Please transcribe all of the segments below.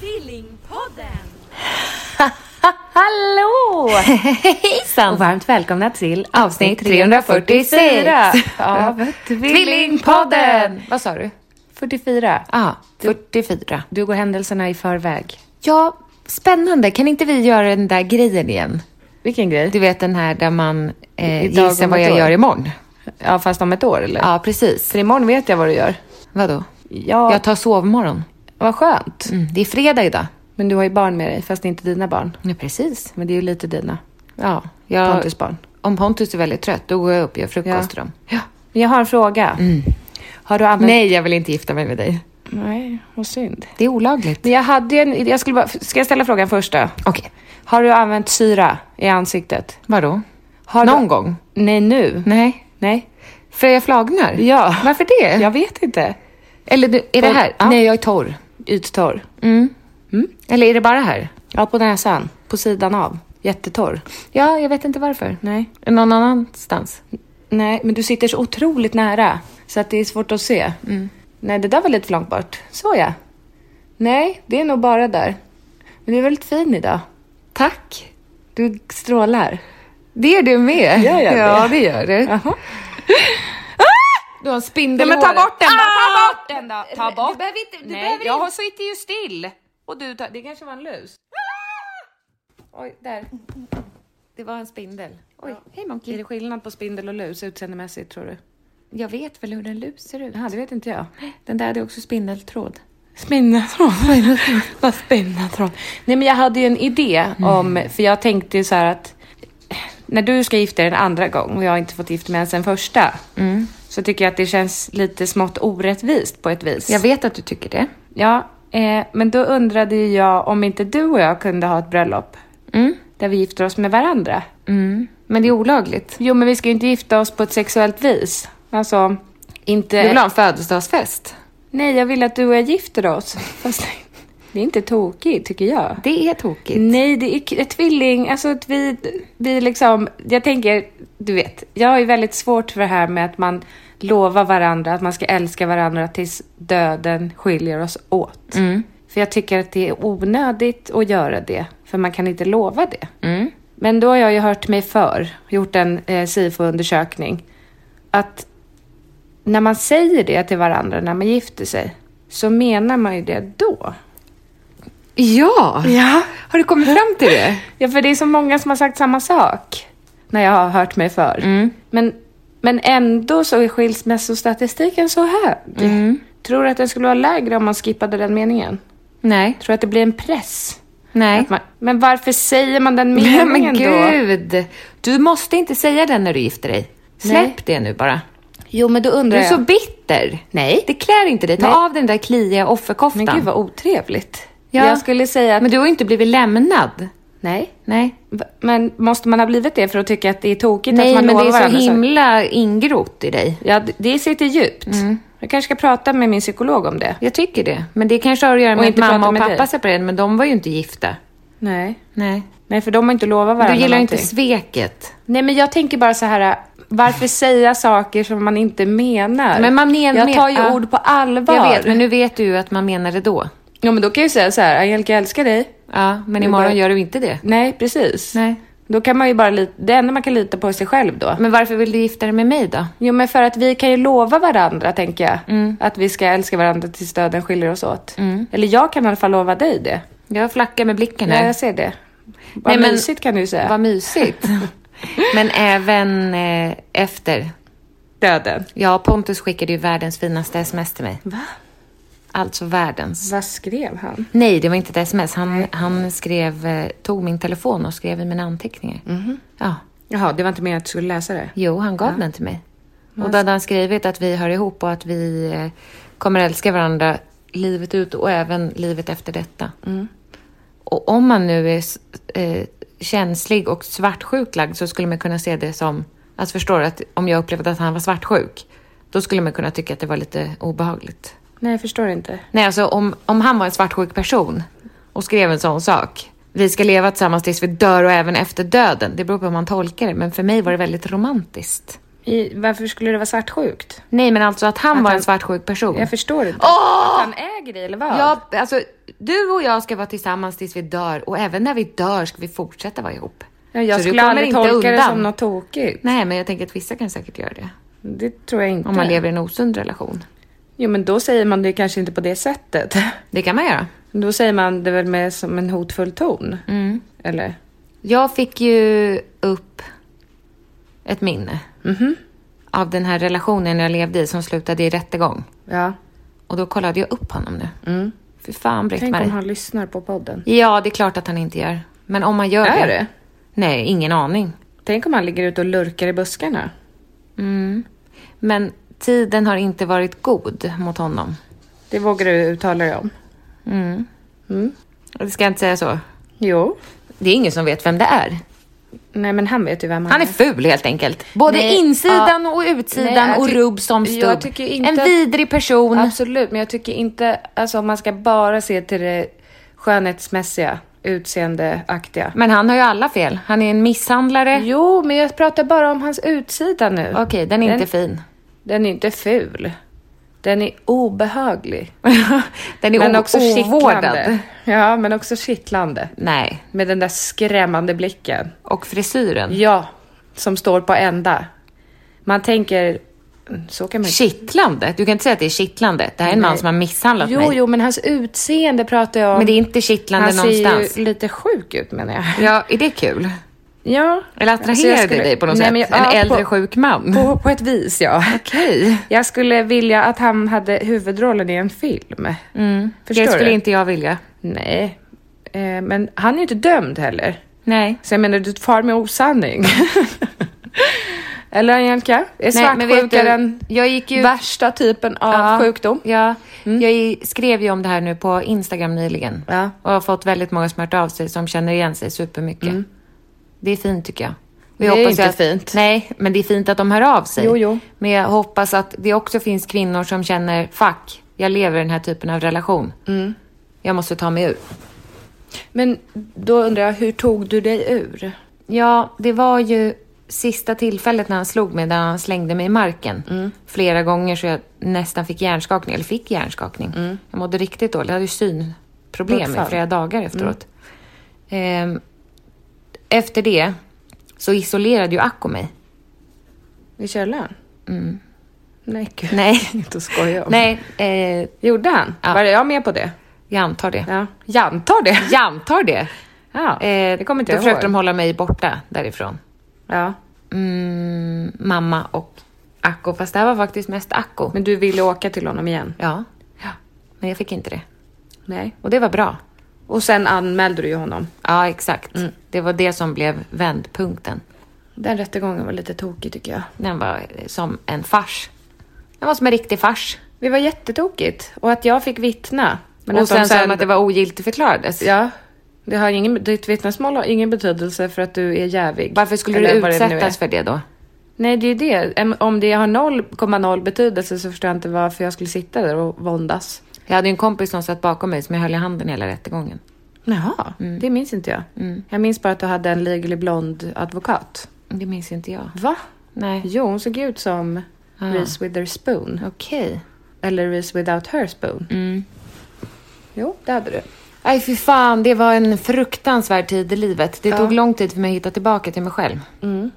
Tvillingpodden! Hallå! Hejsan! Och varmt välkomna till avsnitt Avsnitt 344 344 av Tvillingpodden! Tvillingpodden. Vad sa du? 44? Ja, 44. Du går händelserna i förväg. Ja, spännande. Kan inte vi göra den där grejen igen? Vilken grej? Du vet den här där man eh, Idag om gissar vad ett jag år. gör imorgon. Ja, fast om ett år eller? Ja, precis. För imorgon vet jag vad du gör. Vadå? Ja, Jag tar sovmorgon. vad skönt. Mm, det är fredag idag. Men du har ju barn med dig, fast inte dina barn. Ja, precis. Men det är ju lite dina. Ja, jag, Pontus barn. Om Pontus är väldigt trött, då går jag upp och gör frukost till dem. Ja. Men jag har en fråga. Har du använt... Mm. Nej, jag vill inte gifta mig med dig. Nej, vad synd. Det är olagligt. Men jag hade ju en... Jag skulle bara... Ska jag ställa frågan först då? Okej, Har du använt syra i ansiktet? vadå? Har Någon du... gång? Nej, nu. Nej. Nej. För jag flagnar? Ja. Varför det? Jag vet inte. Eller du, är det Torr- här? Ja. Nej, jag är torr. Mm. Yttorr. Mm. Eller är det bara här? Ja, på näsan. På sidan av. Jättetorr. Ja, jag vet inte varför. Nej. Någon annanstans? Nej, men du sitter så otroligt nära så att det är svårt att se. Mm. Nej, det där var lite för långt bort. Så ja. Nej, det är nog bara där. Men du är väldigt fin idag. Tack. Du strålar. Det är du med. Gör jag det? ja, det gör du. Ah! Jaha. Du har en Nej, spindel men ta bort den då! Ah! Ta bort den då! Ta bort! Du behöver inte... Du Nej, behöver jag inte. har- sitter ju still. Och du tar... Det kanske var en lus. Ah! Oj, där. Det var en spindel. Oj, hej Är det Monkey. skillnad på spindel och lus utseendemässigt tror du? Jag vet väl hur en lus ser ut. Ja, det vet inte jag. Den där hade också spindeltråd. Spinnatråd. Vad spinnatråd. Nej men jag hade ju en idé Mm. om, för jag tänkte ju så här att när du ska gifta dig en andra gång och jag har inte fått gifta mig ens en första. Mm. Så tycker jag att det känns lite smått orättvist på ett vis. Jag vet att du tycker det. Ja, eh, men då undrade ju jag om inte du och jag kunde ha ett bröllop. Mm. Där vi gifter oss med varandra. Men det är olagligt. Jo men vi ska ju inte gifta oss på ett sexuellt vis. Alltså, inte... Du vill ha en födelsedagsfest? Nej, jag vill att du och jag gifter oss. Fast det är inte tokigt tycker jag. Det är tokigt. Nej, det är k- tvilling. Alltså att vi, vi liksom, jag tänker, du vet, jag har ju väldigt svårt för det här med att man lovar varandra att man ska älska varandra tills döden skiljer oss åt. För jag tycker att det är onödigt att göra det, för man kan inte lova det. Men då har jag ju hört mig för, gjort en eh, SIFO-undersökning, att när man säger det till varandra när man gifter sig, så menar man ju det då. Ja! ja! Har du kommit fram till det? Ja, för det är så många som har sagt samma sak när jag har hört mig för. Mm. Men, men ändå så är skilsmässostatistiken så hög. Mm. Tror du att den skulle vara lägre om man skippade den meningen? Nej. Tror du att det blir en press? Nej. Att man, men varför säger man den Nej, meningen men då? gud! Du måste inte säga det när du gifter dig. Släpp Nej. det nu bara. Jo, men då Du undrar är så jag. bitter. Nej. Det klär inte dig. Ta Nej. av den där kliiga offerkoftan. Men gud vad otrevligt. Ja. Jag skulle säga att... Men du har ju inte blivit lämnad. nej. Nej. Va- Men måste man ha blivit det för att tycka att det är tokigt att Nej, man men det lovar är så varandra saker? himla ingrott i dig. Ja, det- det sitter djupt. Mm. Jag kanske ska prata med min psykolog om det. Jag tycker det. Men det kanske har att göra med att inte prata mamma och med pappa dig. separerade, men de var ju inte gifta. Nej. Nej. Nej, för de har inte lovat varandra Du gillar ju inte någonting. sveket. Nej, men jag tänker bara så här. Varför säga saker som man inte menar? Men man men- jag tar ju ja. ord på allvar. Jag vet, men nu vet du ju att man menade då. Ja, men då kan jag ju säga så här. Angelica, jag älskar dig. Ja, men imorgon gör du inte det. Nej, precis. Nej. Då kan man ju bara lita, det enda man kan lita på är sig själv då. Men varför vill du gifta dig med mig då? Jo, men för att vi kan ju lova varandra, tänker jag. Att vi ska älska varandra tills döden skiljer oss åt. Eller jag kan i alla fall lova dig det. Jag flackar med blicken Ja, här. jag ser det. Vad Nej, men- mysigt kan du säga. Vad mysigt. men även eh, efter. Döden. Ja, Pontus skickade ju världens finaste sms till mig. Va? Alltså världens. Vad skrev han? Nej, det var inte ett sms. Han, han skrev, eh, tog min telefon och skrev i mina anteckningar. Mhm. Ja. Jaha, det var inte meningen att du skulle läsa det. Jo, han gav den till mig. Och då hade han skrivit att vi hör ihop och att vi eh, kommer älska varandra livet ut och även livet efter detta. Och om man nu är s- eh, känslig och svartsjuk lagd så skulle man kunna se det som... Alltså förstår du, att om jag upplevde att han var svartsjuk, då skulle man kunna tycka att det var lite obehagligt. Nej, jag förstår inte. Nej, alltså om, om han var en svartsjuk person och skrev en sån sak. Vi ska leva tillsammans tills vi dör och även efter döden. Det beror på hur man tolkar det, men för mig var det väldigt romantiskt. I, varför skulle det vara svartsjukt? Nej, men alltså att han var en svartsjuk person. Jag förstår inte. Att han äger dig, eller vad? Mm. Ja, alltså du och jag ska vara tillsammans tills vi dör och även när vi dör ska vi fortsätta vara ihop. Ja, jag Så du skulle kommer aldrig inte tolka det undan. som något tokigt. Nej, men jag tänker att vissa kan säkert göra det. Det tror jag inte. Om man lever i en osund relation. Jo, men då säger man det kanske inte på det sättet. Det kan man göra. Då säger man det väl med som en hotfull ton? Mm. Eller? Jag fick ju upp ett minne Mhm. av den här relationen jag levde i som slutade i rättegång. Ja. Och då kollade jag upp honom nu. Mm. Fy fan, Tänk om Britt-Marie. han lyssnar på podden. Ja, det är klart att han inte gör. Men om man gör det... Är det? Nej, ingen aning. Tänk om han ligger ute och lurkar i buskarna. Men tiden har inte varit god mot honom. Det vågar du uttala dig om. Det ska jag inte säga så. Jo. Det är ingen som vet vem det är. Nej, men han vet ju vem han, Han är ful helt enkelt. Både Nej, insidan ja. och utsidan Nej, jag och ty- rubb som stubb. jag tycker inte en att- vidrig person. Absolut, men jag tycker inte... Alltså, om man ska bara se till det skönhetsmässiga, utseendeaktiga. Men han har ju alla fel. Han är en misshandlare. Jo, men jag pratar bara om hans utsida nu. Okej, den är inte fin. Den är inte ful. Den är obehaglig. den är men o- också ovårdad. kittlande. Ja, men också kittlande. Nej. Med den där skrämmande blicken. Och frisyren. Ja, som står på ända. Man tänker, så kan man Kittlande. Du kan inte säga att det är kittlande. Det här är en man som har misshandlat Jo, mig. jo, men hans utseende pratar jag om. Men det är inte kittlande Han någonstans. ser ju lite sjuk ut menar jag. Ja, är det kul? Ja. Eller attraherar Alltså, jag det dig på något Nej, sätt? men en ja, äldre på, sjuk man? På, på ett vis, ja. Okej. Jag skulle vilja att han hade huvudrollen i en film. Förstår Det skulle du? inte Mm. jag vilja. Nej. Eh, men han är ju inte dömd heller. Nej. Så jag menar, du far med osanning. Eller Angelica? Är Nej, men vet svartsjuka du, den jag gick ju- värsta typen av sjukdom? Ja. Jag i- skrev ju om det här nu på Instagram nyligen. Mm. Ja. Och har fått väldigt många som har hört av sig som känner igen sig supermycket. Det är fint tycker jag. Och jag Mm. Det är hoppas ju inte att, fint. Nej, men det är fint att de hör av sig. Jo, jo. Men jag hoppas att det också finns kvinnor som känner, fuck, jag lever i den här typen av relation. Mm. Jag måste ta mig ur. Men då undrar jag, hur tog du dig ur? Ja, det var ju sista tillfället när han slog mig, där han slängde mig i marken. Mm. Flera gånger så jag nästan fick hjärnskakning, eller fick hjärnskakning. Mm. Jag mådde riktigt dåligt. Jag hade ju synproblem i Bortfall. flera dagar efteråt. Mm. Ehm, efter det så isolerade ju Acko mig. I källaren? Nej, gud. Mm. Nej. Inte att skoja om. Nej, eh, Gjorde han? Ja. Var jag med på det? jag antar det. Ja. Jag antar det. Jag antar det. Ja, Eh, det kommer inte då jag försökte ihåg. de hålla mig borta därifrån. Ja. Mm, mamma och Acko, fast det här var faktiskt mest Acko. Men du ville åka till honom igen? Ja. ja, men jag fick inte det. Nej. Och det var bra. Och sen anmälde du ju honom. Ja, exakt. Mm. Det var det som blev vändpunkten. Den rättegången var lite tokig tycker jag. Den var eh, som en fars. Den var som en riktig fars. Det var jättetokigt. Och att jag fick vittna. Men och att de sen sa de att det var ogiltigförklarades. Ja. Det har ingen, ditt vittnesmål har ingen betydelse för att du är jävig. Varför skulle Eller du vad det nu är. utsättas för det då? Nej, det är ju det. Em- Om det har 0,0 betydelse så förstår jag inte varför jag skulle sitta där och våndas. Jag hade ju en kompis som satt bakom mig som jag höll i handen hela rättegången. Jaha, det minns inte jag. Jag minns bara att du hade en legally blond advokat. Det minns inte jag. Va? Nej. Jo, hon såg ut som Reese with her spoon. Okej. Mm. Eller Reese without her spoon. Jo, det hade du. Nej, fy fan. Det var en fruktansvärd tid i livet. Det tog lång tid för mig att hitta tillbaka till mig själv. Mm,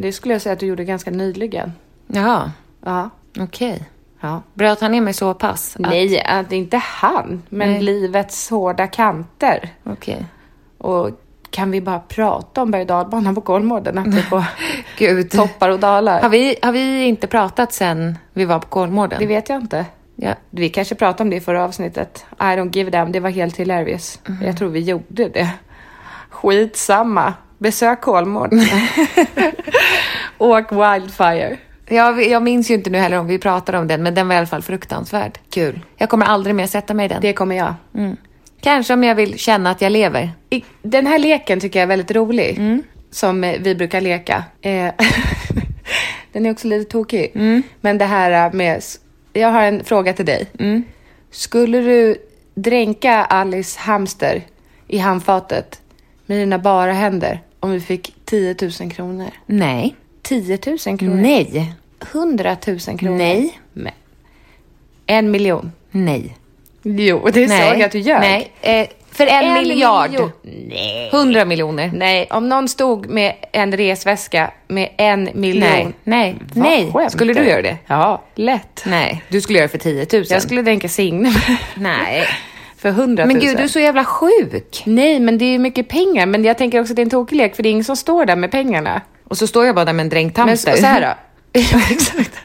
Det skulle jag säga att du gjorde ganska nyligen. Jaha, Ja. okej. ja. Bröt han ner mig så pass? att- Nej, att inte han, men Nej. livets hårda kanter. Okej. Och kan vi bara prata om berg och dalbanan på Kolmården, apropå Gud. toppar och Har dalar? vi, har vi inte pratat sen vi var på Kolmården? Det vet jag inte. Ja. Vi kanske pratade om det i förra avsnittet. I don't give a damn, det var helt hilarious. Jag tror vi gjorde det. Skitsamma. Besök Kolmården. Åk Wildfire. Jag, jag minns ju inte nu heller om vi pratade om den, men den var i alla fall fruktansvärd. Kul. Jag kommer aldrig mer sätta mig i den. Det kommer jag. Kanske om jag vill känna att jag lever. I, den här leken tycker jag är väldigt rolig. Mm. Som eh, vi brukar leka. Eh, den är också lite tokig. Mm. Men det här eh, med... s- Jag har en fråga till dig. Mm. Skulle du dränka Alice hamster i handfatet med dina bara händer om vi fick 10 000 kronor? Nej. 10 000 kronor? Nej. 100 000 kronor? Nej. Men. En miljon? Nej. Jo, det Nej. såg jag att du ljög. Nej. Eh, för en, miljard. miljon. Nej. Hundra miljoner. Nej, om någon stod med en resväska med en miljon. Nej. Nej. Vad Nej. skämtar Skulle du du? göra det? Ja, lätt. Nej. Du skulle göra det för 10 000. Jag skulle dränka signum. Nej. För hundratusen. Men gud, du är så jävla sjuk. Nej, men det är ju mycket pengar. Men jag tänker också att det är en tokig lek, för det är ingen som står där med pengarna. Och så står jag bara där med en dränkt Men hamster. så, så här då. Ja, exakt.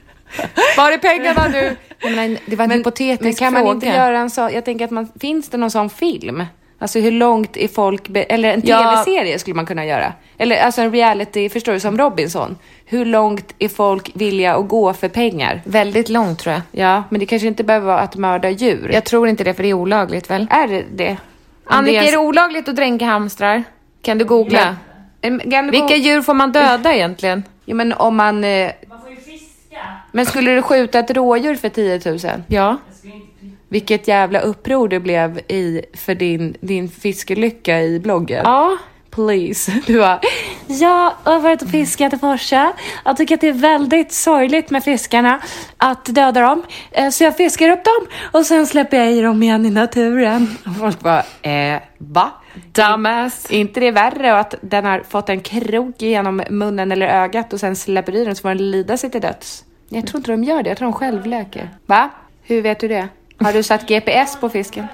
Var är pengarna nu? Jag menar, det var en hypotetisk men kan fråga. man inte göra en sån, jag tänker att man, finns det någon sån film? Alltså hur långt är folk, be, eller en Ja. tv-serie skulle man kunna göra. Eller alltså en reality, förstår du, som Robinson. Hur långt är folk villiga att gå för pengar? Väldigt långt tror jag. Ja, men det kanske inte behöver vara att mörda djur. Jag tror inte det, för det är olagligt väl? Är det det? Annika, det är det olagligt att dränka hamstrar? Kan du googla? är... Vilka djur får man döda egentligen? Ja, men om man... eh, Man får ju fiska. Men skulle du skjuta ett rådjur för 10 Ja. 000? Jag skulle inte pricka. Vilket jävla uppror det blev i, för din, din fiskelycka i bloggen. Ja. Please. Du bara, ja, jag har varit och fiskat i Forsa. Jag tycker att det är väldigt sorgligt med fiskarna, att döda dem. Eh, Så jag fiskar upp dem och sen släpper jag i dem igen i naturen. Och folk bara, eh, va? Dumbass. Är inte det värre att den har fått en krok genom munnen eller ögat och sen släpper i den så får den lida sig till döds? Jag tror inte de gör det, jag tror de självläker. Va? Hur vet du det? Har du satt GPS på fisken?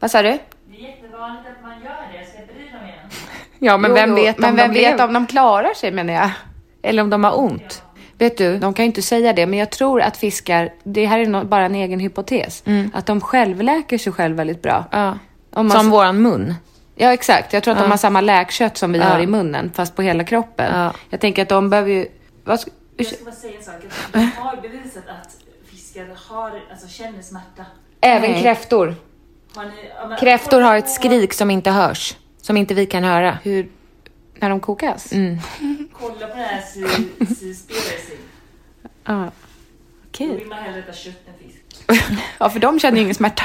Vad sa du? Det är jättevanligt att man gör det. Släpper i dem igen. Ja, men Jo, vem jo, vet om men de vem vet lever? om de klarar sig menar jag. Eller om de har ont? Vet du? De kan ju inte säga det, men jag tror att fiskar, det här är nå- bara en egen hypotes, att de självläker sig själv väldigt bra. Ja. Om man Som s- våran mun. Ja, exakt. Jag tror att de har samma läkkött som vi har i munnen, fast på hela kroppen. Ja. Jag tänker att de behöver ju... Vad sk- Jag ska bara säga en sak. Mm. att De har bevisat att fiskar har, alltså, känner smärta. Även kräftor. Har ni- ja, men- Kräftor har ett skrik som inte hörs. Som inte vi kan höra. Hur... När de kokas? Mm. Kolla på den här Sea- Sea Spiracy. Ja. Då Okej. vill man hellre äta kött än fisk. Ja, för de känner ju ingen smärta.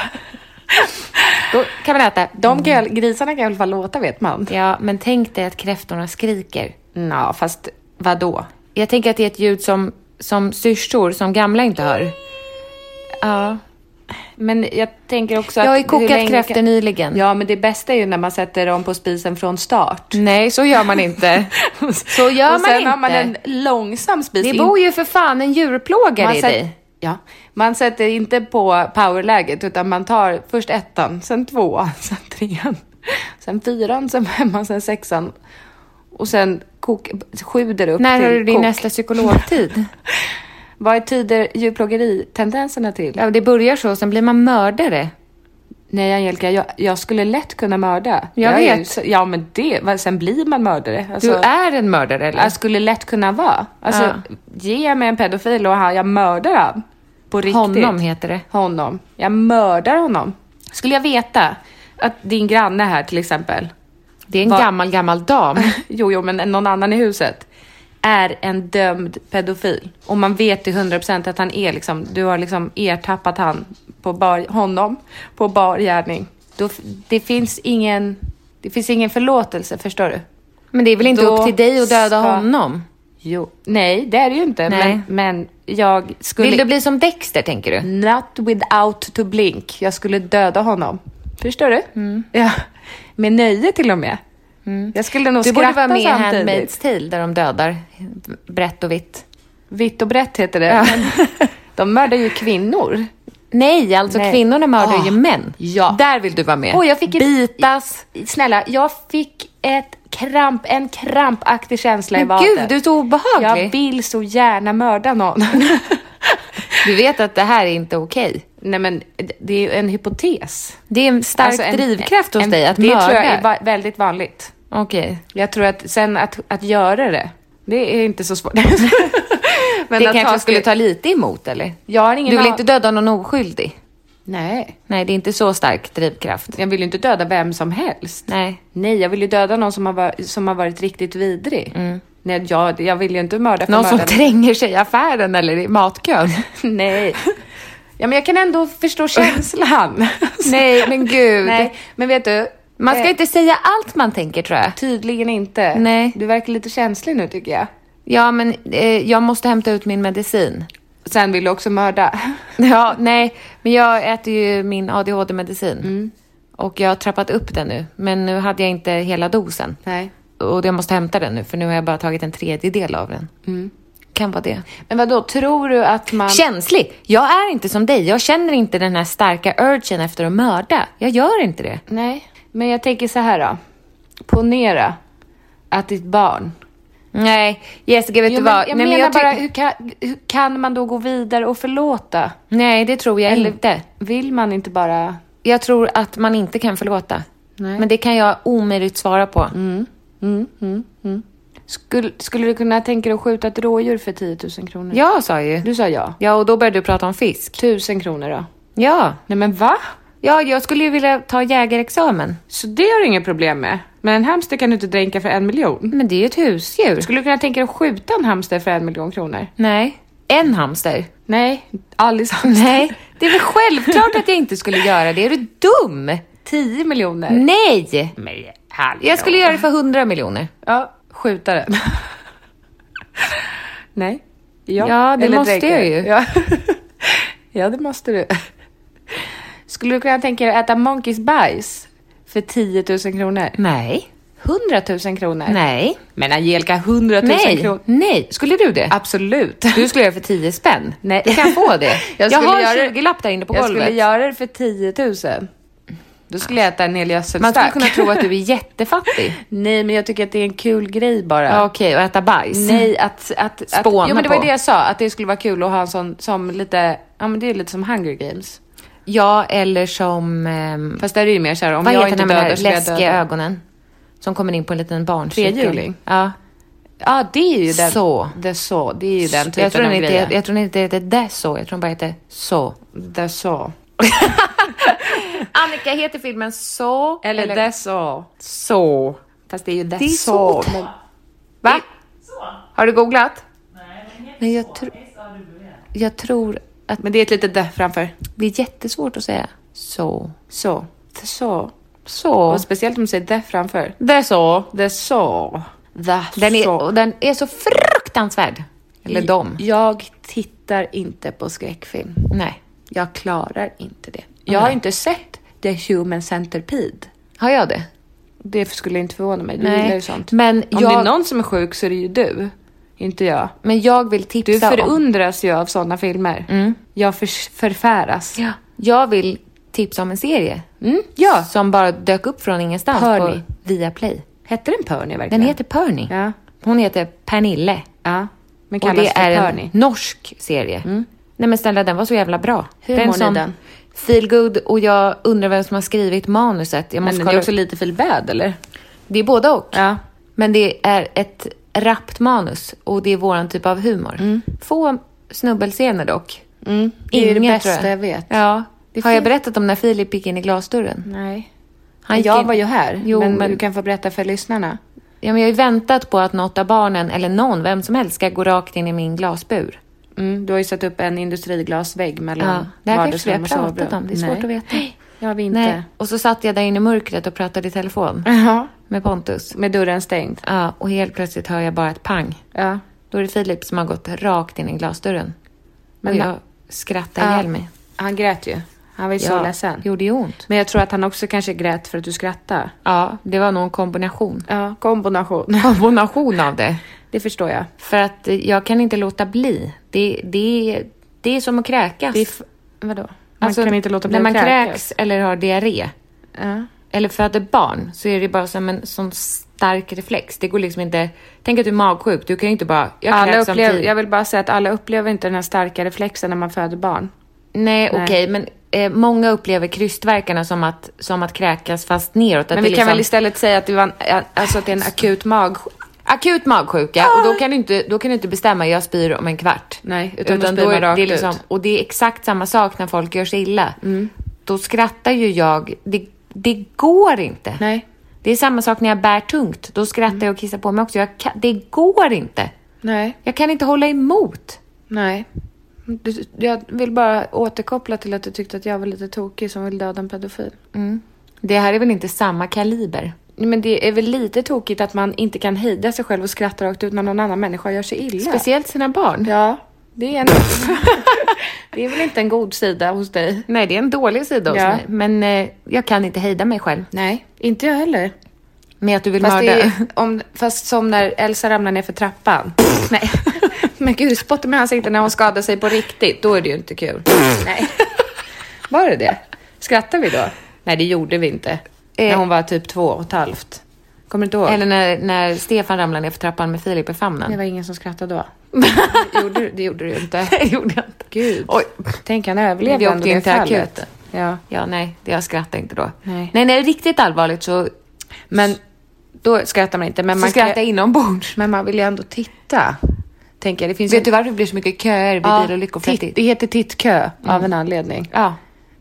Då kan man äta. De kan, ju- Grisarna kan i alla fall låta, vet man. Mm. Ja, men tänk dig att kräftorna skriker. Ja, fast vadå? Jag tänker att det är ett ljud som, som syrsor, som gamla inte hör. Ja. Men jag tänker också att... Jag har ju hur länge kokat kräftor kan- nyligen. Ja, men det bästa är ju när man sätter dem på spisen från start. Nej, så gör man inte. Så gör man Och sen inte. har man en långsam spis. Det in- bor ju för fan en djurplågare man i sätt- dig. Ja, man sätter inte på powerläget utan man tar först ettan, sen tvåan, sen trean, sen fyran, sen femman, sen sexan och sen kok, sjuder upp När till har du din kok. nästa psykologtid? Vad är tider djurplågeri-tendenserna till? ja, det börjar så, sen blir man mördare. Nej Angelica, jag, jag skulle lätt kunna mörda. Jag är ju vet. så- ja men det, vad- sen blir man mördare. Du Alltså, är en mördare eller? Jag skulle lätt kunna vara. Alltså, Ja. ge mig en pedofil och han, jag mördar han. På riktigt. Honom heter det. honom. Jag mördar honom. Skulle jag veta att din granne här till exempel, Det är en Va- gammal, gammal dam. jo, jo, men någon annan i huset, är en dömd pedofil och man vet till 100% att han är liksom, du har liksom ertappat han på bar, honom på bar gärning. Då, f- det finns ingen, det finns ingen förlåtelse, förstår du? Men det är väl inte Då upp till dig att döda ska- honom? Jo, nej, det är det ju inte, Nej. men, men jag skulle... Mm. Vill du bli som Dexter, tänker du? Not without to blink. Jag skulle döda honom. Förstår du? Ja. Med nöje till och med. Jag skulle nog Du borde vara skratta med i samtidigt. Handmaid's Tale där de dödar brett och vitt. Vitt och brett heter det. Ja. Men De mördar ju kvinnor. Nej, alltså Nej. kvinnorna mördar Ah, ju män. ja. Där vill du vara med. Åh, jag fick ett- Bitas. Snälla, jag fick ett kramp, en krampaktig känsla i Men vaden. gud, du är så obehaglig. Jag vill så gärna mörda någon. Du vet att det här är inte okej. Nej, men det är ju en hypotes. Det är en stark Alltså, en- drivkraft hos en- dig att Det mörda. tror jag är va- väldigt vanligt. Okej. Jag tror att sen att, att göra det, det är inte så svårt. men Det att kanske ta- skulle ta lite emot, eller? Jag har ingen du vill an- inte döda någon oskyldig? Nej, Nej, det är inte så stark drivkraft. jag vill ju inte döda vem som helst. Nej. Nej, jag vill ju döda någon som har, var- som har varit riktigt vidrig. Nej, jag, jag vill ju inte mörda för Någon som mördande. tränger sig i affären eller i matkön. Nej. Ja, men jag kan ändå förstå känslan. Nej, men gud. Nej, men vet du? Man ska eh, inte säga allt man tänker, tror jag. Tydligen inte. Nej. Du verkar lite känslig nu tycker jag. Ja, men eh, jag måste hämta ut min medicin. Sen vill du också Ah. mörda. Ja, nej, men jag äter ju min ADHD-medicin. Och jag har trappat upp den nu, men nu hade jag inte hela dosen. Nej. Och jag måste hämta den nu, för nu har jag bara tagit en tredjedel av den. Kan vara det. Men vad då tror du att man... Känslig! Jag är inte som dig. Jag känner inte den här starka urgen efter att mörda. Jag gör inte det. Nej, men jag tänker så här då. Ponera att ditt barn... Nej, Jessica, vet Jo, du men vad? jag nej, menar jag tyck- bara, hur kan, hur kan man då gå vidare och förlåta? nej, det tror jag Eller- inte. Vill man inte bara... Jag tror att man inte kan förlåta. Nej. Mm. Men det kan jag omöjligt svara på. Skulle, skulle du kunna tänka dig att skjuta ett rådjur för 10 000 kronor? Jag sa ju. Du sa ja. Ja, och då började du prata om fisk. 1000 kronor då? Ja. Nej men va? Ja, jag skulle ju vilja ta jägarexamen. Så det har du inget problem med? Men en hamster kan du inte dränka för en miljon? Men det är ju ett husdjur. Skulle du kunna tänka dig att skjuta en hamster för en miljon kronor? Nej. En hamster? Nej, Alice hamster. Nej. Det är väl självklart att jag inte skulle göra det. Är du dum? 10 miljoner? Nej! Nej, hallå. Jag skulle göra det för 100 miljoner. Ja, skjuta den. Nej. Ja, Ja, det eller måste dränka jag den. ju. Ja. ja, det måste du. Skulle du kunna tänka dig att äta monkeys bajs för 10 000 kronor? Nej. 100 000 kronor? Nej. Men Angelica, 100 000 Nej. kronor? Nej. Skulle du det? Absolut. Du skulle göra det för 10 spänn. Nej. Du kan få det. Jag, skulle har göra- en 20-lapp där inne på jag golvet. skulle göra det för 10 000. Då skulle jag äta en hel gödselstack. Man skulle kunna tro att du är jättefattig. Nej, men jag tycker att det är en kul grej bara. Ja, Okej, och äta bajs. Nej, att... att, att Mm. Spåna jo, men det var ju på. det jag sa, att det skulle vara kul att ha en sån som lite... Ja, men det är lite som Hunger Games. Ja, eller som... ehm, Fast där är det ju mer så här, om Vad jag heter inte den med dödar de så blir jag läskiga dödad. ögonen? Som kommer in på en liten barncykel. Trehjuling? Ja. Ja, det är ju den... Så. Det så. Det är ju den typen jag, tror av den inte, grejer. jag, jag tror den inte heter det så, jag tror den bara heter så. Det så. Annika, heter filmen så? Eller, det så. så? Fast det är ju det, Det är så. så. Men, Va? Har du googlat? Nej, Men jag, tr jag tror att men det är ett litet det framför. det är jättesvårt att säga så. Så. Det så. Så. Och speciellt om du säger det framför. Det så. Det så. Det Den är, så. och den är så fruktansvärd. Eller dem. Jag tittar inte på skräckfilm. Nej. Jag klarar inte det. Jag har ju inte sett The Human Centipede. Har jag det? Det skulle inte förvåna mig. Du Nej, gillar ju sånt. men Om jag- det är någon som är sjuk så är det ju du. Inte jag. Men jag vill Du tipsa om... förundras ju av sådana filmer. Jag förs- förfäras. Ja. Jag vill tipsa om en serie. Mm. ja. Som bara dök upp från ingenstans Pörny. på Viaplay. Hette den Pörny Den verkligen? heter Pörny. Ja. Hon heter Pernille. ja. Men Och kallas det är för en Pörny. norsk serie. Nej men snälla, den var så jävla bra. Hur den mår ni den? Feel good och jag undrar vem som har skrivit manuset. Jag Men måste den kolla. är också lite Feel Bad eller? Det är både och. Ja. Men det är ett rappt manus och det är våran typ av humor. Mm. Få snubbelscener dock. Det är ju det Inga, bästa tror Mm. jag vet. Ja. Det Har jag fin- berättat om när Filip gick in i glasdörren? Nej. Han gick jag in- var ju här. Jo, men, men- du kan få berätta för lyssnarna. Ja, men jag har ju väntat på att något av barnen, eller någon, vem som helst, ska gå rakt in i min glasbur. Mm, du har ju satt upp en industriglasvägg Ja, mellan det här kanske vi vardagsrum har och sovrum. pratat om. Det är svårt att veta. Det har vi inte. Nej. Och så satt jag där inne i mörkret och pratade i telefon Jaha. med Pontus. Med dörren stängd. Ja, och helt plötsligt hör jag bara ett pang. Ja. Då är det Filip som har gått rakt in i glasdörren. Men Men- jag skrattar Ja. ihjäl mig. Han grät ju. Han Han var ju så ledsen. gjorde ju ont. Men jag tror att han också kanske grät för att du skrattade. Ja, det var nog en kombination. Ja, kombination. Alltså, Kombination av det. Det förstår jag. För att eh, jag kan inte låta bli. Det, det, det är som att kräkas. Alltså, Det är f- vadå? Man kan inte låta bli När man att kräkas. kräks eller har diarré Ja. eller föder barn så är det bara som en sån stark reflex. Det går liksom inte... Tänk att du är magsjuk. Du kan ju inte bara... Jag Alla kräks upplever, samtidigt. jag vill bara säga att alla upplever inte den här starka reflexen när man föder barn. Nej, Nej. okej, men eh, många upplever krystverkarna som att, som att kräkas fast neråt. Att Men det vi kan väl liksom- istället säga att det, var en, alltså att det är en akut mag... Akut magsjuka och då kan, du inte, då kan du inte bestämma jag spyr om en kvart. Ah! Nej, utan då spyr man är- rakt det är ut. Mm. Och det är exakt samma sak när folk gör sig illa. Då skrattar ju jag. Det, det går inte. Nej. Mm. Det är samma sak när jag bär tungt. Då skrattar jag och kissar på mig också. Jag kan, det går inte. Nej. Jag kan inte hålla emot. Nej. Du, jag vill bara återkoppla till att du tyckte att jag var lite tokig som vill döda en pedofil. Mm. Det här är väl inte samma kaliber? Men det är väl lite tokigt att man inte kan hejda sig själv och skratta rakt ut när någon annan människa gör sig illa? Speciellt sina barn. Ja, det är en... det är väl inte en god sida hos dig? Nej, det är en dålig sida hos Ja. mig. Men eh, jag kan inte hejda mig själv. Nej, inte jag heller. Med att du vill Fast, mörda. det är, om, fast som när Elsa ramlar ner för trappan. Nej. Men gud, spotta mig i ansiktet när hon skadar sig på riktigt. Då är det ju inte kul. Nej. Var det det? Skrattade vi då? Nej, det gjorde vi inte. När Eh. hon var typ två och ett halvt. Kommer du inte ihåg? Eller när, när Stefan ramlade ner för trappan med Filip i famnen. Det var ingen som skrattade då. gjorde, du- det gjorde du ju inte. det gjorde jag inte. Gud. Oj. Tänk, han överlevde Vi åkte ändå in det till fallet. akuten. Ja. Ja, nej, det- jag skrattar inte då. Nej. nej, när det är riktigt allvarligt så, Men då skrattar man inte. Men så man, skrattar kan, jag inombords. men man vill ju ändå titta. Tänker jag. Det finns ju- Vet du varför det blir Mm. så mycket köer vid Ja, bil och titt- lyckoflätigt? Det heter tittkö av en anledning. Ja.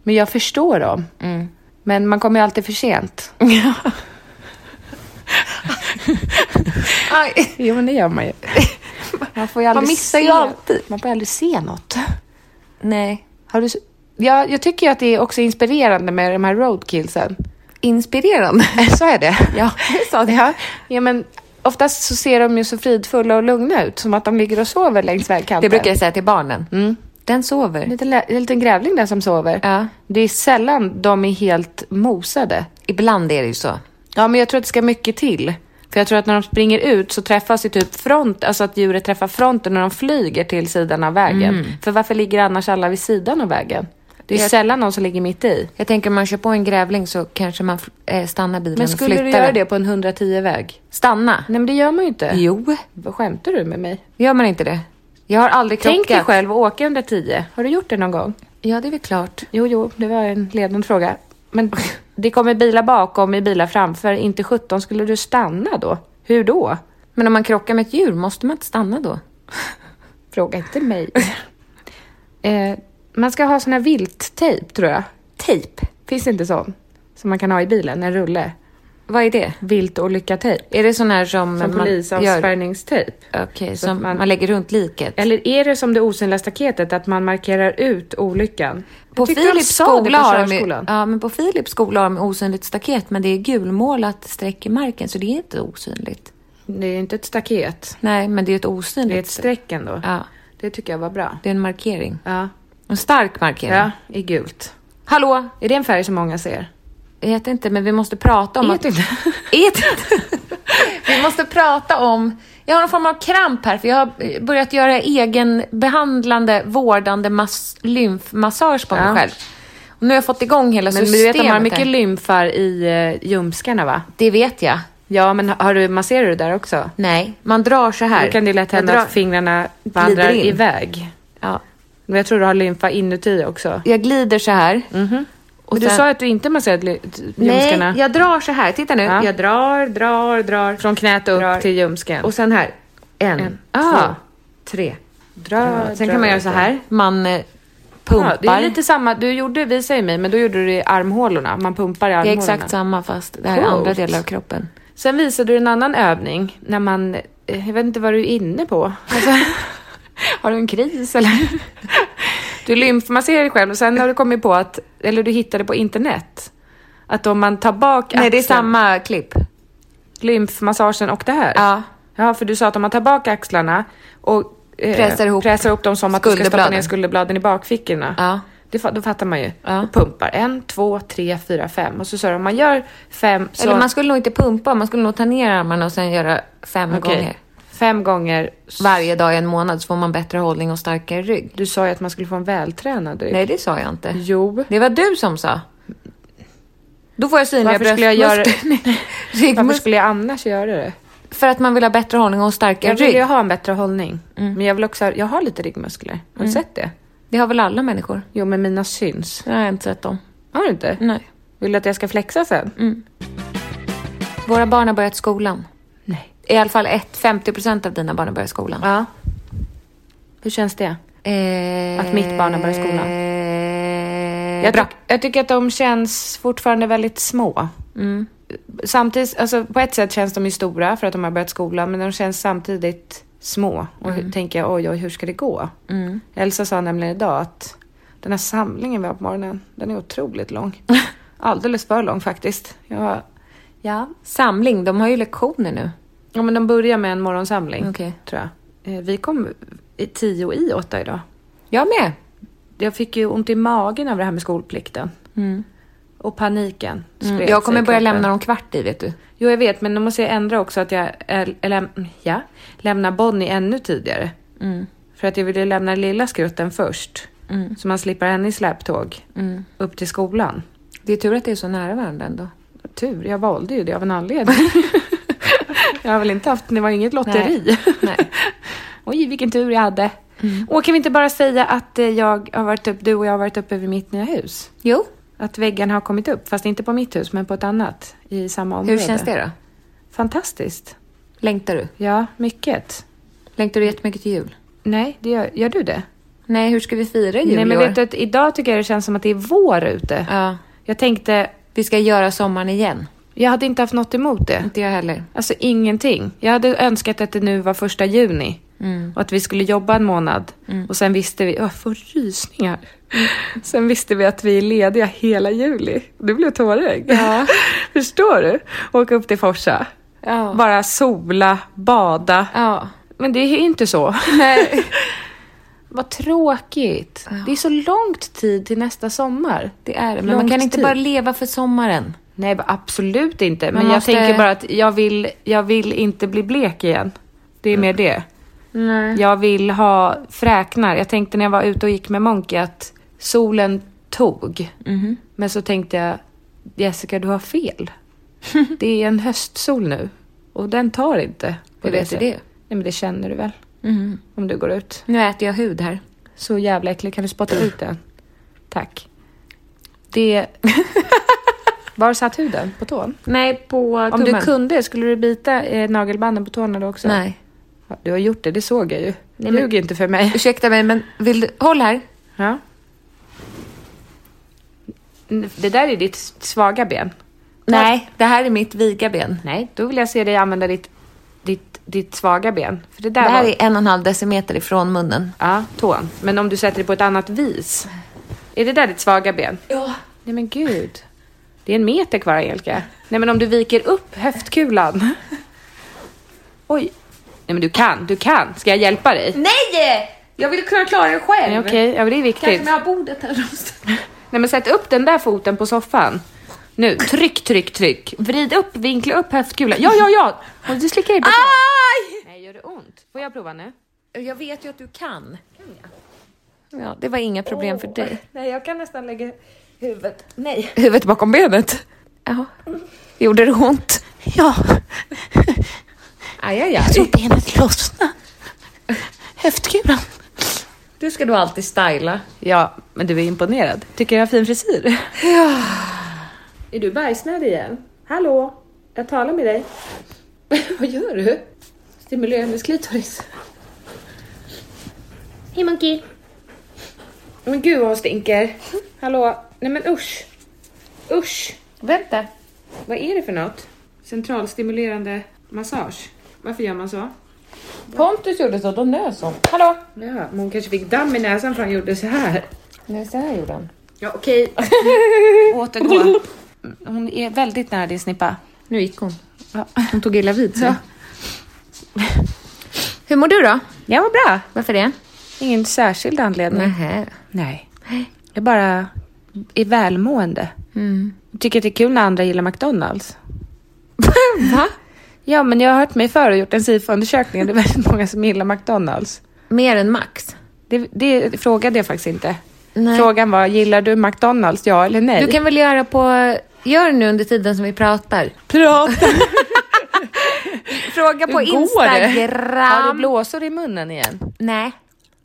Men jag förstår dem. Mm. Men man kommer ju alltid för sent. Aj. Jo, men det gör man ju. Man, får ju aldrig missar se- ju alltid. Man får aldrig se något. Nej. Har du... s- Ja, jag tycker ju att det är också inspirerande med de här roadkillsen. Inspirerande. Sa jag det? ja, sa det. Ja. ja, men oftast så ser de ju så fridfulla och lugna ut, som att de ligger och sover längs vägkanten. Det brukar jag säga till barnen. Mm. Den sover. Liten, lä- en liten grävling där som sover. Ja. Det är sällan de är helt mosade. Ibland är det ju så. Ja, men jag tror att det ska mycket till. För jag tror att när de springer ut så träffas ju typ front, alltså att djuret träffar fronten när de flyger till sidan av vägen. För varför ligger annars alla vid sidan av vägen? Det är Jag- sällan någon som ligger mitt i. Jag tänker om man kör på en grävling så kanske man f- eh, stannar bilen Men och skulle flyttar du göra den. det på en 110-väg? Stanna? Nej, men det gör man ju inte. Jo. Vad skämtar du med mig? Gör man inte det? Jag har aldrig krockat. Tänk dig själv att åka 110. Har du gjort det någon gång? Ja, det är väl klart. Jo, jo, det var en ledande fråga. Men det kommer bilar bakom i bilar framför. Inte 17 skulle du stanna då? Hur då? Men om man krockar med ett djur, måste man inte stanna då? Fråga inte mig. eh, man ska ha sån här vilttejp tror jag. Tejp? Finns det inte sån? Som man kan ha i bilen, en rulle. Vad är det? Vilt och lyckatejp. Är det sån här som, Som polisavspärrningstejp. Okej, som att man- man... lägger runt liket? Eller är det som det osynliga staketet, att man markerar ut olyckan? Jag på tyckte de Philips sa det på skola har de ju- körskolan. ja, men på Philips skola har de osynligt staket, men det är gulmålat streck i marken, så det är inte osynligt. Det är inte ett staket. Nej, men det är ett Det är osynligt... ett streck ändå. Ja, Det tycker jag var bra. det är en markering. Ja. En stark markering. Ja, i gult. Hallå? Är det en färg som många ser? Jag vet inte, men vi måste prata om Ät att... inte. Ät inte. Vi måste prata om... Jag har någon form av kramp här, för jag har eh, börjat göra egen behandlande, vårdande mas- lymfmassage på mig Ja. själv. Och nu har jag fått igång hela Men du systemet. vet att man har här. mycket lymfar i eh, ljumskarna va? Det vet jag. Ja, men har du, masserar du där också? Nej, man drar så här. Då kan det lätt Jag hända drar- att fingrarna Glider vandrar in. iväg. Ja. Men jag tror du har lymfa inuti också. Jag glider så här. Och men du sen- sa ju att du inte masserat ly- t- Mm, ljumskarna. Nej, jag drar så här. Titta nu. Ja. Jag drar, drar, drar. Från knät upp Drar. till ljumsken. Och sen här. En, En. Ah. två, tre. dra, Sen dra kan man göra lite. så här. Man eh, pumpar. Ja, det är lite samma, du gjorde, visade ju mig, men då gjorde du det i armhålorna. Man pumpar i Det är armhålorna. exakt samma fast det här är Coolt. andra delar av kroppen. Sen visade du en annan övning när man, eh, jag vet inte vad du är inne på. Alltså, har du en kris eller? Du lymfmasserar dig själv och sen har du kommit på att, eller du hittade på internet, att om man tar bak Nej, det är axeln- samma klipp. lymfmassagen och det här? Ja. Ja, för du sa att om man tar bak axlarna och eh, Pressar ihop pressar ihop dem som att du ska stoppa skulderbladen. ner skulderbladen i bakfickorna. Ja. Det, fa- då fattar man ju. Ja. Och pumpar. En, två, tre, fyra, fem. Och så sa de, om man gör fem så... Eller man skulle nog inte pumpa, man skulle nog ta ner armarna och sen göra fem Okej. gånger. Fem gånger. s- Varje dag i en månad så får man bättre hållning och starkare rygg. Du sa ju att man skulle få en vältränad rygg. Nej, det sa jag inte. Jo. Det var du som sa. Då får jag synliga Varför skulle jag göra- Varför Varför skulle jag annars göra det? För att man vill ha bättre hållning och starkare Jag vill rygg. ju ha en bättre hållning. Mm. Men jag vill också ha, jag har lite ryggmuskler. Har du sett det? Det har väl alla människor? Jo, men mina syns. Jag har inte sett dem. Har du inte? Nej. Mm. Vill du att jag ska flexa sen? Våra barn har börjat skolan. Nej. I alla fall ett, 50 procent av dina barn har börjat skolan. Ja. Hur känns det? Eh, Att mitt barn har börjat skolan. Eh, Jag, bra. tyck- jag tycker att de känns fortfarande väldigt små. Mm. Samtidigt, alltså på ett sätt känns de ju stora för att de har börjat skolan, men de känns samtidigt små. Och Mm. hur, tänker jag, oj, oj, hur ska det gå? Elsa sa nämligen idag att den här samlingen vi har på morgonen, den är otroligt lång. Alldeles för lång faktiskt. Jag bara, ja. Samling, de har ju lektioner nu. ja, men de börjar med en morgonsamling, Okej. tror jag. Eh, Vi kom i tio i åtta idag. Jag med. Jag fick ju ont i magen av det här med skolplikten. Och paniken spred Mm, Jag kommer sig i börja kroppen. lämna dem kvart i, vet du. Jo, jag vet, men då måste jag ändra också att jag äl- eller, mm, ja, lämnar Bonnie ännu tidigare. För att jag ville lämna lilla skrutten först. Så man slipper henne i släptåg upp till skolan. Det är tur att det är så nära varandra ändå. Tur, jag valde ju det av en anledning. jag har väl inte haft, det var ju inget lotteri. Nej. Oj, vilken tur jag hade. Mm. Och kan vi inte bara säga att eh, jag har varit upp, du och jag har varit uppe vid mitt nya hus? Jo, Att väggarna har kommit upp, fast inte på mitt hus, men på ett annat i samma område. hur känns det då? Fantastiskt. Längtar du? Ja, mycket. Längtar du jättemycket till jul? Nej, det gör, gör du det? Nej, hur ska vi fira jul Nej, men i år? vet du att idag tycker jag det känns som att det är vår ute. Ja, Jag tänkte, vi ska göra sommaren igen. jag hade inte haft något emot det. Inte jag heller. Alltså ingenting. Jag hade önskat att det nu var första juni Mm. och att vi skulle jobba en månad. Och sen visste vi, jag får rysningar. Sen visste vi att vi är lediga hela juli. Du blev tårögd. Förstår du? Åka upp till Forsa. Ja. Bara sola, bada. Ja. Men det är ju inte så. Nej. Vad tråkigt. Det är så långt tid till nästa sommar. Det är det, men man Långt kan inte tid. bara leva för sommaren. Nej, b- absolut inte. Men Man jag måste- tänker bara att jag vill, jag vill inte bli blek igen. Det är mer det. Jag vill ha fräknar. Jag tänkte när jag var ute och gick med Monkey att solen tog. Men så tänkte jag, Jessica du har fel. det är en höstsol nu och den tar inte. på Hur vet du sättet. det? Mm. Nej, men det känner du väl? Om du går ut. Nu äter jag hud här. Så jävla äcklig. Kan du spotta ut den? Tack. Det... Var satt huden? På tån? Nej, på Om du kunde, skulle du bita eh, nagelbanden på tårna då också? Nej. Ja, Du har gjort det, det såg jag ju. men- Ljug inte för mig. Ursäkta mig, men vill du... Håll här. Ja. N- Det där är ditt s- svaga ben. Nej, det här är mitt viga ben. Nej, då vill jag se dig använda ditt, ditt, ditt svaga ben. För det där Det här var... är en och en halv decimeter ifrån munnen. Ja, tån. Men om du sätter det på ett annat vis. Är det där ditt svaga ben? Ja. Nej men gud. Det är en meter kvar Angelica. Nej men om du viker upp höftkulan. Oj. Nej men du kan, du kan. Ska jag hjälpa dig? Nej! Jag vill kunna klara det själv. Nej, Okej, ja men det är viktigt. har bordet här Nej men sätt upp den där foten på soffan. Nu, tryck, tryck, tryck. Vrid upp, vinkla upp höftkulan. Ja, ja, ja! Och du slickar i på tån. Aj! Nej, gör det ont? Får jag prova nu? Jag vet ju att du kan. Ja, det var inga problem för dig. Nej, jag kan nästan lägga huvudet. Nej. Huvudet bakom benet? Ja. Gjorde det ont? Ja. Aj, aj, aj. benet lossna. Höftkulan. Du ska då alltid styla. Ja, men du är imponerad. Tycker jag har fin frisyr? Ja. Är du bajsnödig igen? Hallå? Jag talar med dig. Vad gör du? Stimulerar hennes klitoris. Hej Monkey. Men gud vad hon stinker. Hallå? Nej men usch. Usch. Vänta. Vad är det för något? Centralstimulerande massage. Varför gör man så? Pontus gjorde så, då nös hon. Hallå! Ja, men hon kanske fick damm i näsan för han gjorde så här. Nej, så här gjorde han. Ja, okej. Återgå. Hon är väldigt nära din snippa. Nu gick hon. Ja. Hon tog illa vid sig. Hur mår du då? Jag mår bra. Varför det? Äh. Ingen särskild anledning. Nähä. Nej. Jag bara är välmående. Mm. Jag tycker att det är kul när andra gillar McDonalds. Va? Ja, men jag har hört mig för och gjort en SIFO-undersökning och det är väldigt många som gillar McDonalds. Mer än Max? Det, det frågade jag faktiskt inte. Nej. Frågan var, gillar du McDonalds, ja eller nej? Du kan väl göra på... Gör nu under tiden som vi pratar. prata. Fråga på Hur går det? Instagram. Har du blåsor i munnen igen? Nej.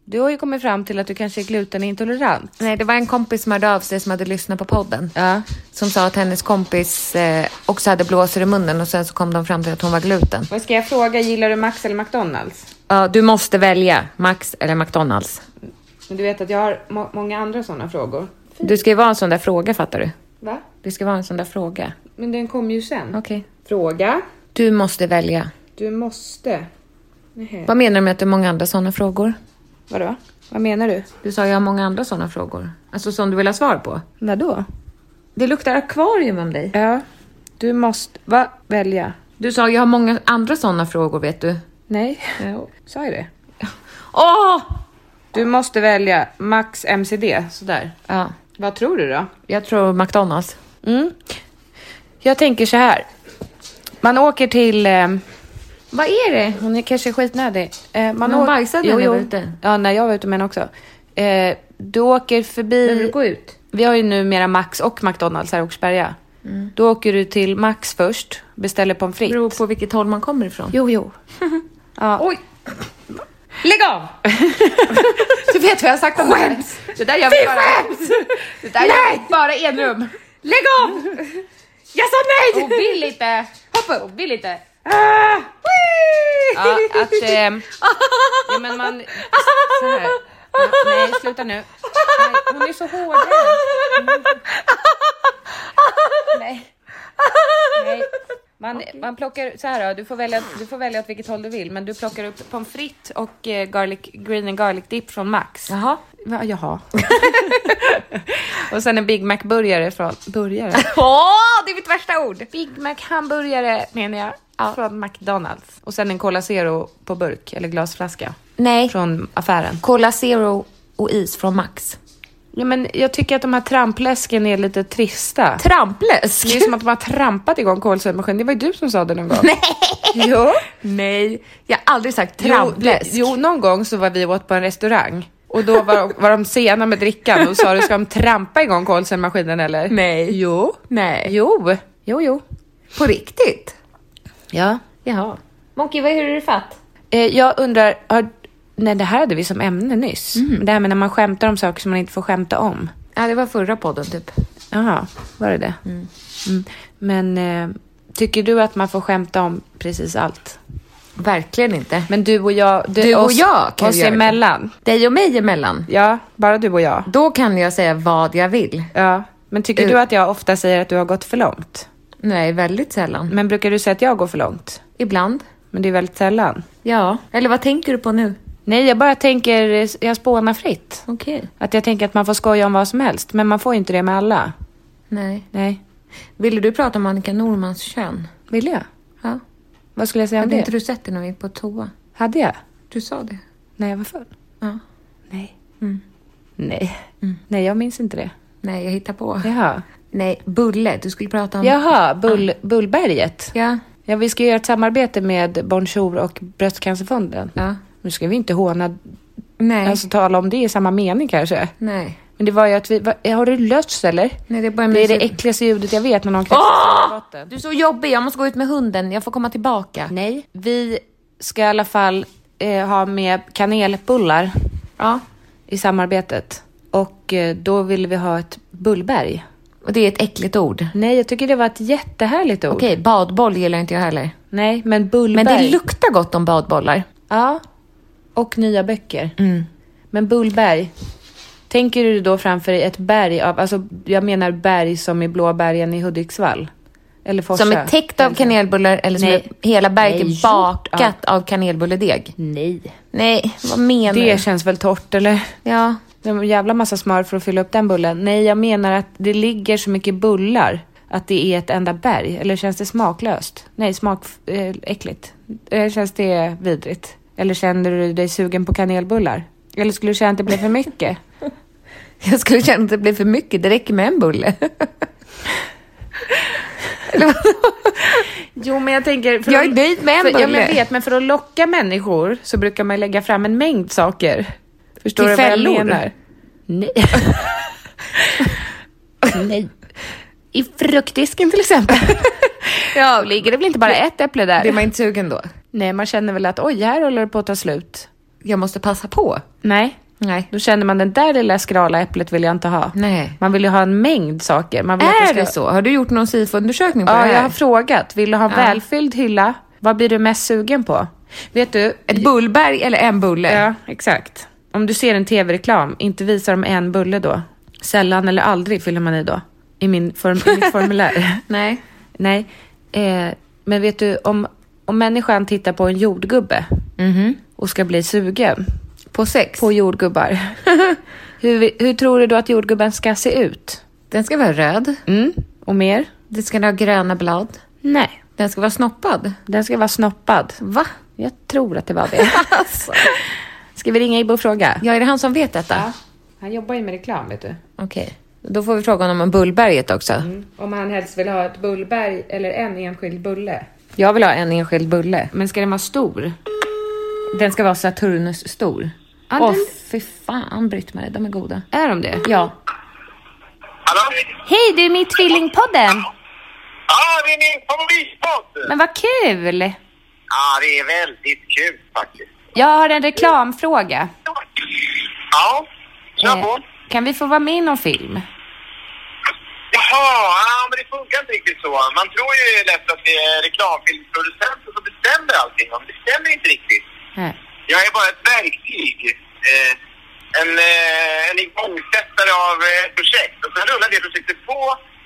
Du har ju kommit fram till att du kanske är glutenintolerant. Nej, det var en kompis som hörde av sig som hade lyssnat på podden. Ja. Som sa att hennes kompis eh, också hade blåsor i munnen och sen så kom de fram till att hon var gluten. Vad ska jag fråga, gillar du Max eller McDonalds? Ja, du måste välja Max eller McDonalds. Men du vet att jag har må- många andra sådana frågor. Du ska ju vara en sån där fråga, fattar du? Va? Det ska vara en sån där fråga. Men den kommer ju sen. Okej. Fråga. Du måste välja. Du måste. Nähä. Vad menar du med att du har många andra såna frågor? Vadå? Vad menar du? Du sa jag har många andra såna frågor. Alltså som du vill ha svar på. Vadå? Det luktar akvarium om dig. Ja. Du måste... Va? Välja? Du sa jag har många andra såna frågor, vet du. Nej. Sa jag det? Åh! Du måste välja Max MCD. Sådär. Ja, Vad tror du då? jag tror McDonalds. Jag tänker så här. Man åker till... ehm, Vad är det? Hon är kanske skitnödig. Eh, man hon åk- bajsade när jag var ute. Ja, när jag var ute med henne också. Eh, du åker förbi... Behöver du gå ut? Vi har ju numera Max och McDonalds här i Åkersberga. Mm. Då åker du till Max först, beställer pommes frites. Beror på vilket håll man kommer ifrån. Jo, jo. ja. Oj! Lägg av! Du vet vad jag har sagt om skäms! det där gör vi bara... Det där gör vi bara i enrum. Lägg av! Jag sa nej! Och vill inte. Hoppa upp! Ah! Och vill inte. Ja, att... ehm, ja, men man... Så här. Ja, nej, sluta nu. Nej, hon är så hårdhänt. Mm. Nej. Nej. Man, man plockar så här då, du får, välja, du får välja åt vilket håll du vill, men du plockar upp pommes frites och eh, garlic, green and garlic dip från Max. Jaha. Va, jaha. och sen en Big Mac-burgare från... Burgare? Åh, det är mitt värsta ord! Big Mac-hamburgare menar jag. Från McDonalds. Och sen en Cola Zero på burk eller glasflaska. Nej, Från affären. Cola Zero och is från Max. Ja, men jag tycker att de här trampläsken är lite trista. Trampläsk! Det är som att de har trampat igång kolsyremaskinen. Det var ju du som sa det någon gång. Nej! Jo. Nej, jag har aldrig sagt Jo, det, trampläsk. jo, någon gång så var vi åt på en restaurang. Och då var, var de sena med drickan och sa du ska de trampa igång kolsyremaskinen eller? Nej. Jo. Nej. Jo. Jo, jo. På riktigt? Ja. Jaha. Monkey, vad är det du fatt? Eh, jag undrar, har, nej det här hade vi som ämne nyss. Mm. Det här med när man skämtar om saker som man inte får skämta om. Ja, det var förra podden typ. Jaha, var det det? Mm. Men eh, tycker du att man får skämta om precis allt? Verkligen inte. Men du och jag, du, Du och oss, jag kan oss ju göra det. emellan. Dig och mig emellan. Ja, bara du och jag. Då kan jag säga vad jag vill. Ja. Men tycker Eh. du att jag ofta säger att du har gått för långt? Nej, väldigt sällan. Men brukar du säga att jag går för långt? Ibland. Men det är väldigt sällan. Ja. Eller vad tänker du på nu? Nej, jag bara tänker, eh, jag spånar fritt. Okej. Att jag tänker att man får skoja om vad som helst, men man får ju inte det med alla. Nej. Nej. Ville du prata om Annika Normans kön? Vill jag? Ja. Vad skulle jag säga om Hade det? inte du sett det när vi gick på toa? Hade jag? Du sa det. När jag var full? Ja. Nej. Nej. Nej, jag minns inte det. Nej, jag hittar på. Jaha. Nej, Bulle. Du skulle prata Mm. om... Jaha, bull, Bullberget. Ja. Ja, vi ska ju göra ett samarbete med Bonjour och Bröstcancerfonden. Ja. Nu ska vi inte håna, Nej. alltså tala om det i samma mening kanske. Nej. Men det var ju att vi, va, har du löss eller? Nej, det är bara Det är det mysigt. äckligaste ljudet jag vet när någon knäcker sig i botten. Du är så jobbig. Jag måste gå ut med hunden. Jag får komma tillbaka. Nej. Vi ska i alla fall eh, ha med kanelbullar Ja. i samarbetet. Och eh, då vill vi ha ett bullberg. Och det är ett äckligt ord. Nej, jag tycker det var ett jättehärligt ord. Okej, badboll gillar inte jag heller. Nej, men bullberg. Men det luktar gott om badbollar. Ja, och nya böcker. Mm. Men bullberg. Tänker du då framför dig ett berg av, alltså jag menar berg som i Blåbergen i Hudiksvall? Eller Forsa? Som är täckt av kanelbullar eller som Nej. är hela berget Nej, är bakat av Mm. kanelbulledeg. Nej. Nej, vad menar Det du? känns väl torrt eller? Ja. Det är en jävla massa smör för att fylla upp den bullen. Nej, jag menar att det ligger så mycket bullar att det är ett enda berg. Eller känns det smaklöst? Nej, smak... Eh, äckligt. Eh, känns det vidrigt? Eller känner du dig sugen på kanelbullar? Eller skulle du känna att det blev för mycket? Jag skulle känna att det blev för mycket. Det räcker med en bulle. Eller vadå? Jo, men jag tänker... för Jag är att- nöjd med en för, ja, bulle. men jag vet, men för att locka människor så brukar man lägga fram en mängd saker. Förstår Till du vad jag fällor? menar? Nej. Nej. I fruktdisken till exempel. Ja, ligger det väl inte bara ett äpple där? Blir man inte sugen då? Nej, man känner väl att oj, här håller det på att ta slut. Jag måste passa på. Nej. Nej. Då känner man den där lilla skrala äpplet vill jag inte ha. Nej. Man vill ju ha en mängd saker. Man vill att Är ska- det så? Har du gjort någon SIFO-undersökning på det Ja, här? jag har frågat. Vill du ha Ja. välfylld hylla? Vad blir du mest sugen på? Vet du, Ett bullberg eller en bulle? Ja, exakt. Om du ser en tv-reklam, inte visar dem en bulle då. Sällan eller aldrig fyller man i då. I, min form, i mitt formulär. Nej. Nej. Eh, men vet du, om, om människan tittar på en jordgubbe och ska bli sugen På sex? Mm-hmm. på jordgubbar. hur, vi- hur tror du då att jordgubben ska se ut? Den ska vara röd. Mm. Och mer? Den ska ha gröna blad. Nej. Den ska vara snoppad. Den ska vara snoppad. Va? Jag tror att det var det. Alltså. Ska vi ringa Ibo och fråga? Ja, är det han som vet detta? Han jobbar ju med reklam, vet du. Okej. Då får vi fråga honom om bullberget också. Om han helst vill ha ett bullberg eller en enskild bulle. Jag vill ha en enskild bulle. Men ska den vara stor? Den ska vara Saturnus stor. Åh, Ja, den- fy fan Britt-Marie, de är goda. Är de det? Ja. Hallå? Hej, du är med i Tvillingpodden! Ja, det är min favoritpodd! Men vad kul! Ja, det är väldigt kul faktiskt. Jag har en reklamfråga. Ja, kör på. Eh, kan vi få vara med i någon film? Jaha, ja, men det funkar inte riktigt så. Man tror ju lätt att det är reklamfilmsproducenter som bestämmer allting, men det stämmer inte riktigt. Nej. Jag är bara ett verktyg. Eh, en, eh, en igångsättare av eh, ett projekt. Och sen rullar det projektet på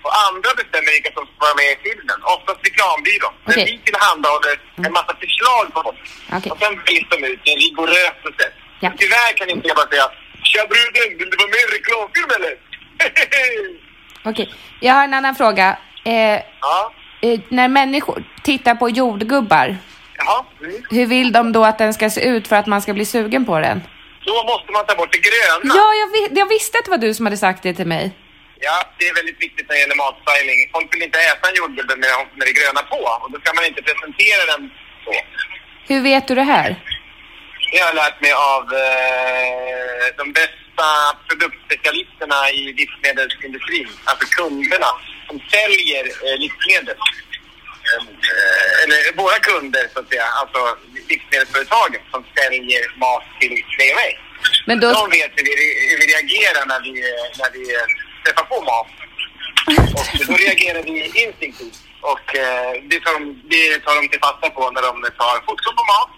och andra bestämmer vilka som ska vara med i filmen. Oftast reklambyrån. Okej. Men vi tillhandahåller en massa förslag på folk. Okej. Och sen väljs de ut i en rigorös process. Ja. Tyvärr kan inte jag bara säga Tja bruden, vill du vara med i en reklamfilm eller? Okej, jag har en annan fråga. Eh, ja, eh, när människor tittar på jordgubbar, jaha. Mm. hur vill de då att den ska se ut för att man ska bli sugen på den? Då måste man ta bort det gröna. Ja, jag, vi- jag visste att det var du som hade sagt det till mig. Ja, det är väldigt viktigt när det gäller matstyling. Folk vill inte äta en jordgubbe med, med det gröna på och då ska man inte presentera den så. Hur vet du det här? Det har jag lärt mig av eh, de bästa produktspecialisterna i livsmedelsindustrin, alltså kunderna som säljer eh, livsmedel. Eh, eller våra kunder, så att säga, alltså livsmedelsföretagen som säljer mat till dig och mig. Men då- De vet hur vi, hur vi reagerar när vi, när vi eh, träffar på mat. Och då reagerar vi instinktivt. Och eh, det, tar de, det tar de till fasta på när de tar foton på mat